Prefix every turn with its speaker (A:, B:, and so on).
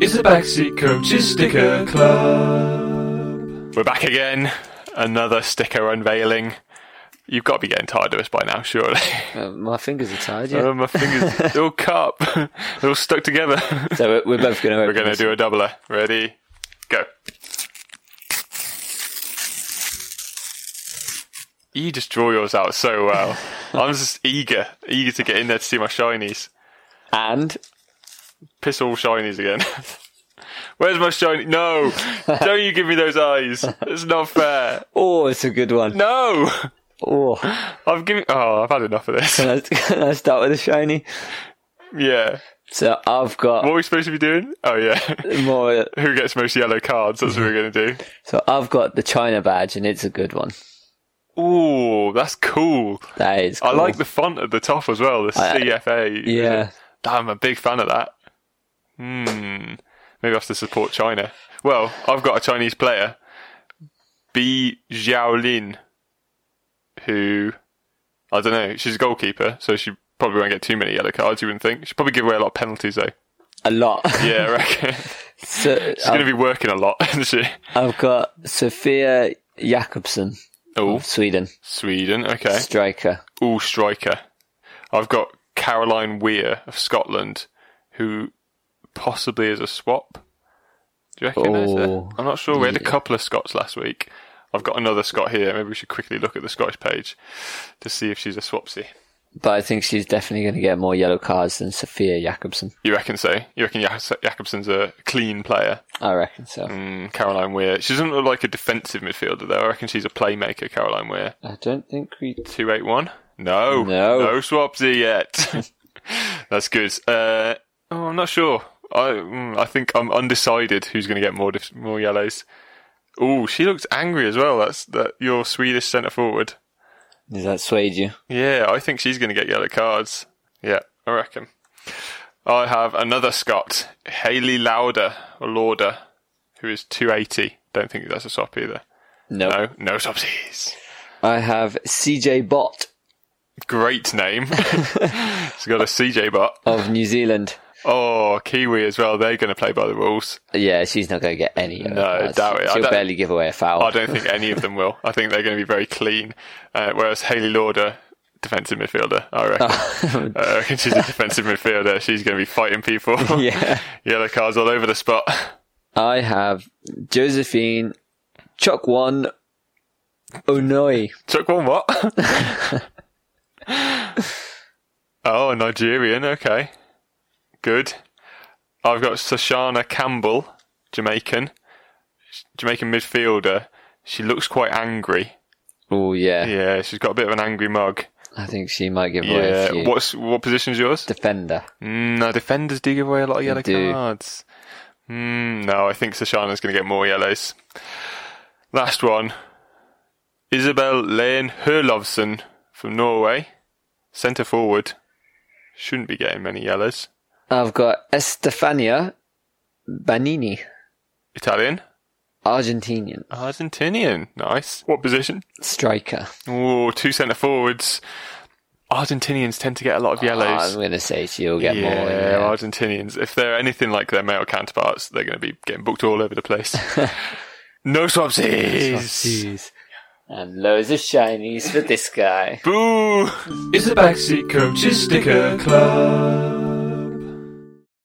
A: It's the Backseat Coaches Sticker Club.
B: We're back again. Another sticker unveiling. You've got to be getting tired of us by now, surely.
C: Uh, my fingers are tied, yeah.
B: Oh, my fingers they're all cut up. They're all stuck together.
C: so we're- we're both going to
B: We're going to do a doubler. Ready? Go. You just draw yours out so well. I'm just eager, eager to get in there to see my shinies.
C: And
B: Piss all shinies again. Where's my shiny? No! Don't you give me those eyes. It's not fair.
C: oh, it's a good one.
B: No!
C: Oh,
B: I've given. Oh, I've had enough of this.
C: can I, can I start with a shiny?
B: Yeah.
C: So I've
B: What
C: got
B: are we supposed to be doing? Oh yeah.
C: more.
B: Who gets most yellow cards? That's what we're gonna do.
C: So I've got the China badge, and it's a good one.
B: Ooh, that's cool.
C: That is.
B: I
C: cool.
B: like the font at the top as well. The
C: I- uh,
B: CFA.
C: Yeah.
B: I'm a big fan of that. Hmm. Maybe I have to support China. Well, I've got a Chinese player, B Xiaolin, who I don't know. She's a goalkeeper, so she probably won't get too many yellow cards. You wouldn't think. She'll probably give away a lot of penalties though.
C: a lot.
B: Yeah, I reckon.
C: So
B: She's going to be working a lot, isn't she?
C: I've got Sophia Jakobsen,
B: Oh,
C: of Sweden,
B: Sweden. Okay.
C: striker.
B: All striker. I've got Caroline Weir of Scotland, who possibly is a swap. Do you recognise her?
C: Oh,
B: I'm not sure. We had a couple of Scots last week. I've got another Scot here. Maybe we should quickly look at the Scottish page to see if she's a swapsy.
C: But I think she's definitely going to get more yellow cards than Sophia Jakobsen.
B: You reckon so? You reckon Jak- Jakobsen's a clean player?
C: I reckon so.
B: Mm, Caroline Weir. She doesn't look like a defensive midfielder, though. I reckon she's a playmaker, Caroline Weir.
C: I don't think we.
B: 281? No.
C: No.
B: No Swapsy yet. That's good. Uh, oh, I'm not sure. I mm, I think I'm undecided who's going to get more dif- more yellows. Oh, she looks angry as well. That's that your Swedish centre forward.
C: Does that swayed you?
B: Yeah, I think she's going to get yellow cards. Yeah, I reckon. I have another Scot, Haley Lauder or Lauder, who is 280. Don't think that's a swap either.
C: No.
B: No, no swapsies.
C: I have CJ Bott
B: Great name. He's got a CJ bot.
C: of New Zealand.
B: Oh, Kiwi as well. They're going to play by the rules.
C: Yeah, she's not going to get any. yellow
B: No,
C: cards.
B: doubt it. I
C: She'll
B: don't-
C: barely give away a foul.
B: I don't think any of them will. I think they're going to be very clean. Uh, whereas Haley Lauder, defensive midfielder, I reckon. Uh, I reckon she's a defensive midfielder. She's going to be fighting people.
C: Yeah.
B: Yellow cards all over the spot.
C: I have Josephine Chuck One Onoi.
B: Took one what? oh, a Nigerian. Okay. Good. I've got Sashana Campbell, Jamaican. Jamaican midfielder. She looks quite angry.
C: Oh yeah.
B: Yeah, she's got a bit of an angry mug.
C: I think she might give away a
B: Yeah.
C: few.
B: What's what position's yours?
C: Defender.
B: Mm, no, defenders do give away a lot of yellow
C: do.
B: cards. Mm, no, I think Sashana's going to get more yellows. Last one. Isabel Lane Herlovsen from Norway. Centre forward. Shouldn't be getting many yellows.
C: I've got Estefania Banini,
B: Italian.
C: Argentinian
B: Argentinian. Nice. What position?
C: striker.
B: Ooh, two centre forwards. Argentinians tend to get a lot of
C: Ah,
B: yellows.
C: I'm going to say she'll get
B: yeah,
C: more. Yeah.
B: Argentinians. If they're anything like their male counterparts, they're going to be getting booked all over the place. no swapsies.
C: Oh, And loads of shinies for this guy.
B: Boo!
A: It's the Backseat Coaches Sticker Club.